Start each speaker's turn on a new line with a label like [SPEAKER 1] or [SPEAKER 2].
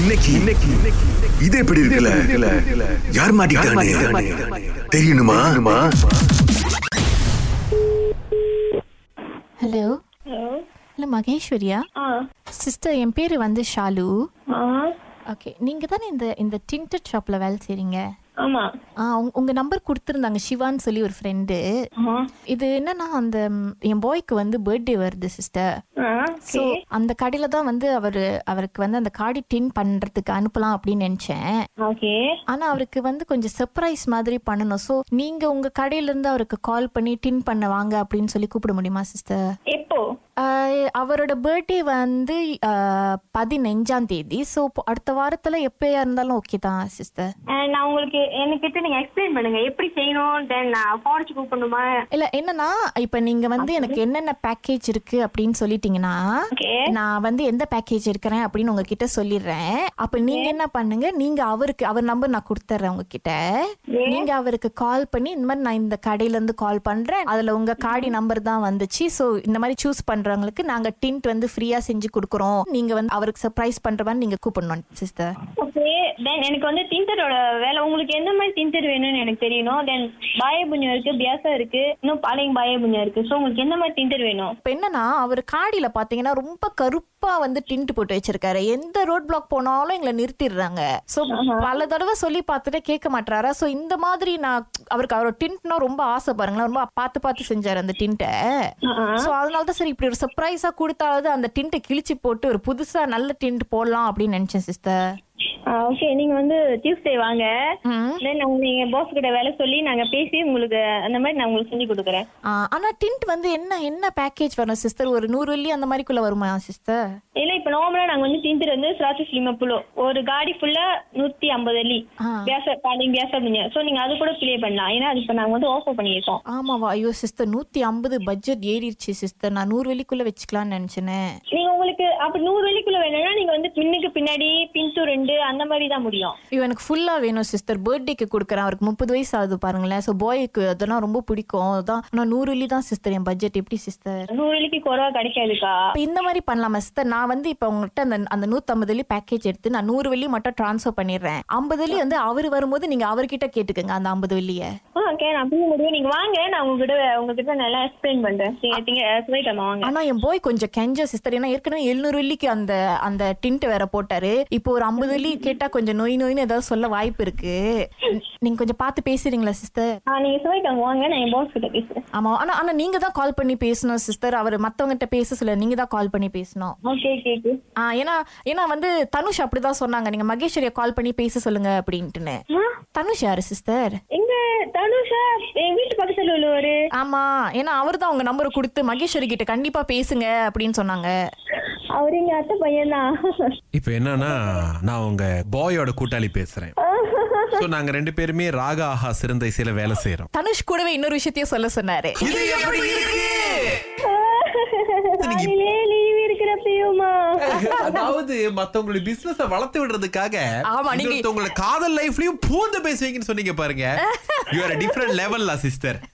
[SPEAKER 1] இன்னைக்கு இன்னைக்கு இன்னைக்கு- இது எப்படி இருக்குல்ல யார் மாட்டிக்கிட்டானே தெரியணுமா
[SPEAKER 2] ஹலோ
[SPEAKER 3] ஹலோ
[SPEAKER 2] ஹலோ மகேஸ்வரியா
[SPEAKER 3] ஆ
[SPEAKER 2] சிஸ்டர் என் பேர் வந்து ஷாலு
[SPEAKER 3] ஆ
[SPEAKER 2] ஓகே நீங்கள் தானே இந்த இந்த டிண்டட் ஷாப்பில் வேலை செய்கிறீங்க
[SPEAKER 3] ஆமாம்
[SPEAKER 2] ஆ உங் உங்கள் நம்பர் கொடுத்துருந்தாங்க சிவான்னு சொல்லி ஒரு ஃப்ரெண்டு
[SPEAKER 3] ஆ
[SPEAKER 2] இது என்னன்னா அந்த ம், என் பாய்க்கு வந்து பர்த்டே வருது சிஸ்டர்
[SPEAKER 3] ஆ
[SPEAKER 2] ஸோ
[SPEAKER 3] okay.
[SPEAKER 2] அந்த கடையில் தான் வந்து அவர் அவருக்கு வந்து அந்த கார்டு டின் பண்ணுறதுக்கு அனுப்பலாம் அப்படின்னு நினச்சேன்
[SPEAKER 3] ஓகே
[SPEAKER 2] ஆனால் அவருக்கு வந்து கொஞ்சம் சர்ப்ரைஸ் மாதிரி பண்ணணும் ஸோ நீங்கள் உங்கள் கடையிலேருந்து அவருக்கு கால் பண்ணி டின் பண்ண வாங்க அப்படின்னு சொல்லி கூப்பிட முடியுமா சிஸ்டர்
[SPEAKER 3] எப்போ
[SPEAKER 2] ஆஹ் அவரோட பர்த்டே வந்து ஆஹ் பதினஞ்சாம் தேதி ஸோ அடுத்த வாரத்துல எப்பயா இருந்தாலும் ஓகே தான் சிஸ்டர்
[SPEAKER 3] அஹ், நான் உங்களுக்கு என்கிட்ட நீங்க எக்ஸ்பிளைன் பண்ணுங்க எப்படி செய்யணும் தென் நான் போனச்சு கூப்பிடணுமா
[SPEAKER 2] இல்ல என்னன்னா இப்ப நீங்க வந்து எனக்கு என்னென்ன பேக்கேஜ் இருக்கு அப்படின்னு சொல்லிட்டீங்கன்னா
[SPEAKER 3] ஓகே
[SPEAKER 2] நான் வந்து எந்த பேக்கேஜ் இருக்கிறேன் அப்படின்னு உங்ககிட்ட சொல்லிடுறேன் அப்ப நீங்க என்ன பண்ணுங்க நீங்க அவருக்கு அவர் நம்பர் நான் கொடுத்துட்றேன் உங்ககிட்ட நீங்க அவருக்கு கால் பண்ணி இந்த மாதிரி நான் இந்த கடையில இருந்து கால் பண்றேன் அதுல உங்க காடி நம்பர் தான் வந்துச்சு சோ இந்த மாதிரி சூஸ் பண்றவங்களுக்கு நாங்க டிண்ட் வந்து ஃப்ரீயா செஞ்சு கொடுக்குறோம் நீங்க வந்து அவருக்கு சர்ப்ரைஸ் பண்ற மாதிரி நீங்க கூப்பிடணும் சிஸ்டர்
[SPEAKER 3] ஓகே தென் எனக்கு வந்து திண்டரோட வேலை உங்களுக்கு எந்த மாதிரி திண்டர் வேணும்னு எனக்கு தெரியணும் தென் பாய புண்ணியம் இருக்கு பியாசா இருக்கு இன்னும் பாளையம் பாய புண்ணியம் இருக்கு ஸோ உங்களுக்கு எந்த மாதிரி திண்டர் வேணும்
[SPEAKER 2] இப்ப என்னன்னா அவர் காடியில பாத்தீங்கன்னா ரொம்ப கருப்பா வந்து டிண்ட் போட்டு வச்சிருக்காரு எந்த ரோட் பிளாக் போனாலும் எங்களை நிறுத்திடுறாங்க சோ பல தடவை சொல்லி பார்த்துட்டு கேட்க மாட்டாரா சோ இந்த மாதிரி நான் அவருக்கு அவரோட டிண்ட்னா ரொம்ப ஆசை பாருங்களேன் ரொம்ப பார்த்து பார்த்து செஞ்சாரு அந்த டிண்ட்டை சோ அதனால தான் சரி இப்படி ஒரு சர்ப்ரைஸா கொடுத்தாவது அந்த டிண்ட்டை கிழிச்சு போட்டு ஒரு புதுசா நல்ல டிண்ட் போடலாம் அப்படின்னு நினைச்சேன் சிஸ்டர்
[SPEAKER 3] ஓகே நீங்க வந்து டியூஸ்டே வாங்க தென் நீங்க பாஸ் கிட்ட வேலை சொல்லி நாங்க பேசி உங்களுக்கு அந்த மாதிரி நான் உங்களுக்கு செஞ்சு கொடுக்குறேன்
[SPEAKER 2] ஆனா டிண்ட் வந்து என்ன என்ன பேக்கேஜ் வரும் சிஸ்டர் ஒரு நூறு வெள்ளி அந்த மாதிரிக்குள்ள வருமா சிஸ்டர்
[SPEAKER 3] இல்ல இப்ப நார்மலா நாங்க வந்து தீந்துட்டு வந்து திராட்சை சிலிமா புலோ ஒரு காடி ஃபுல்லா நூத்தி ஐம்பது அள்ளி
[SPEAKER 2] ஆ.
[SPEAKER 3] வியாச பாலிங் வியாச புண்ணியம் சோ நீங்க அது கூட ப்ளே பண்ணலாம் ஏன்னா அது இப்ப நாங்க வந்து ஆஃபர் பண்ணியிருக்கோம்
[SPEAKER 2] ஆமாவா ஐயோ சிஸ்டர் நூத்தி ஐம்பது பட்ஜெட் ஏறிடுச்சு சிஸ்டர் நான் நூறு வெள்ளிக்குள்ள வச்சுக்கலாம்னு நினைச்சேனே
[SPEAKER 3] நீங்க உங்களுக்கு அப்படி நூறு வெள்ளிக்குள்ள வேணும்னா நீங்க வந்து பின்னுக்கு பின்னாடி பின் டு ரெண்டு அந்த மாதிரி தான் முடியும்
[SPEAKER 2] ஐயோ எனக்கு ஃபுல்லா வேணும் சிஸ்டர் பர்த்டேக்கு கொடுக்குறேன் அவருக்கு முப்பது வயசு ஆகுது பாருங்களேன் ஸோ பாய்க்கு அதெல்லாம் ரொம்ப பிடிக்கும் அதான் ஆனா நூறு வெள்ளி தான் சிஸ்டர் என் பட்ஜெட் எப்படி சிஸ்டர்
[SPEAKER 3] நூறு வெள்ளிக்கு குறவா கிடைக்காதுக்கா
[SPEAKER 2] இப்போ இந்த மாதிரி பண்ணலாமா சிஸ்டர் நான் வந்து இப்போ உங்கள்கிட்ட அந்த அந்த நூற்றம்பது வெள்ளி பேக்கேஜ் எடுத்து நான் நூறு வெள்ளி மட்டும் ட்ரான்ஸ்ஃபர் பண்ணிடுறேன் ஐம்பது வெள்ளி வந்து அவர் வரும்போது நீங்கள் அவர்கிட்ட கேட்டுக்கங்க அந்த ஐம்பது வெள்ளியை
[SPEAKER 3] ஓகே நான் அப்படியே முடியும் நீங்க வாங்க நான் உங்ககிட்ட உங்ககிட்ட நல்லா எக்ஸ்பிளைன் பண்றேன் நீங்க திங்க சொல்லிட்டோமா வாங்க
[SPEAKER 2] ஆனா என் பாய் கொஞ்சம் கெஞ்ச சிஸ்டர் ஏன்னா ஏற்கனவே எழுநூறு வெள்ளிக்கு அந்த அந்த டிண்ட் வேற போட்டாரு இப்போ ஒரு ஐம்பது வெள்ளி கேட்டா கொஞ்சம் நோய் நோயின்னு ஏதாவது சொல்ல வாய்ப்பு இருக்கு நீங்க கொஞ்சம் பார்த்து பேசுறீங்களா சிஸ்டர்
[SPEAKER 3] ஆ நீங்க சொல்லிட்டோங்க வாங்க நான் என் பாஸ் கிட்ட பேசுறேன்
[SPEAKER 2] ஆமா ஆனா ஆனா நீங்க தான் கால் பண்ணி பேசணும் சிஸ்டர் அவர் மத்தவங்ககிட்ட பேச சொல்ல நீங்க தான் கால் பண்ணி பேசணும்
[SPEAKER 3] ஓகே ஓகே ஓகே
[SPEAKER 2] ஆ ஏன்னா ஏன்னா வந்து தனுஷ் அப்படிதான் சொன்னாங்க நீங்க மகேஸ்வரியை கால் பண்ணி பேச சொல்லுங்க அப்படின்ட்டுன்னு தனுஷ் யாரு சிஸ்டர்
[SPEAKER 3] எங்க தனுஷா என் வீட்டு பக்கத்துல உள்ளவரு
[SPEAKER 2] ஆமா ஏன்னா அவர் தான் உங்க நம்பரை கொடுத்து மகேஸ்வரி கிட்ட கண்டிப்பா பேசுங்க அப்படின்னு சொன்னாங்க
[SPEAKER 3] அவரு எங்க அத்தை பையன் தான்
[SPEAKER 4] இப்போ என்னன்னா நான் உங்க பாயோட கூட்டாளி பேசுறேன் சோ நாங்க ரெண்டு பேருமே ராக ஆஹா சிறந்த இசையில வேலை செய்யறோம்
[SPEAKER 2] தனுஷ் கூடவே இன்னொரு விஷயத்தையும் சொல்ல சொன்னாரு
[SPEAKER 3] காலையிலே லீவ் இருக்கிறப்பயுமா
[SPEAKER 4] அதாவது மத்தவங்களுடைய பிசினஸ வளர்த்து விடுறதுக்காக
[SPEAKER 2] ஆமா, நீங்க-
[SPEAKER 4] உங்களோட காதல் லைஃப்லயும் பூந்து பேசுவீங்கன்னு சொன்னீங்க பாருங்க யூ ஆர் டிஃபரெண்ட் லெவல்ல சிஸ்டர்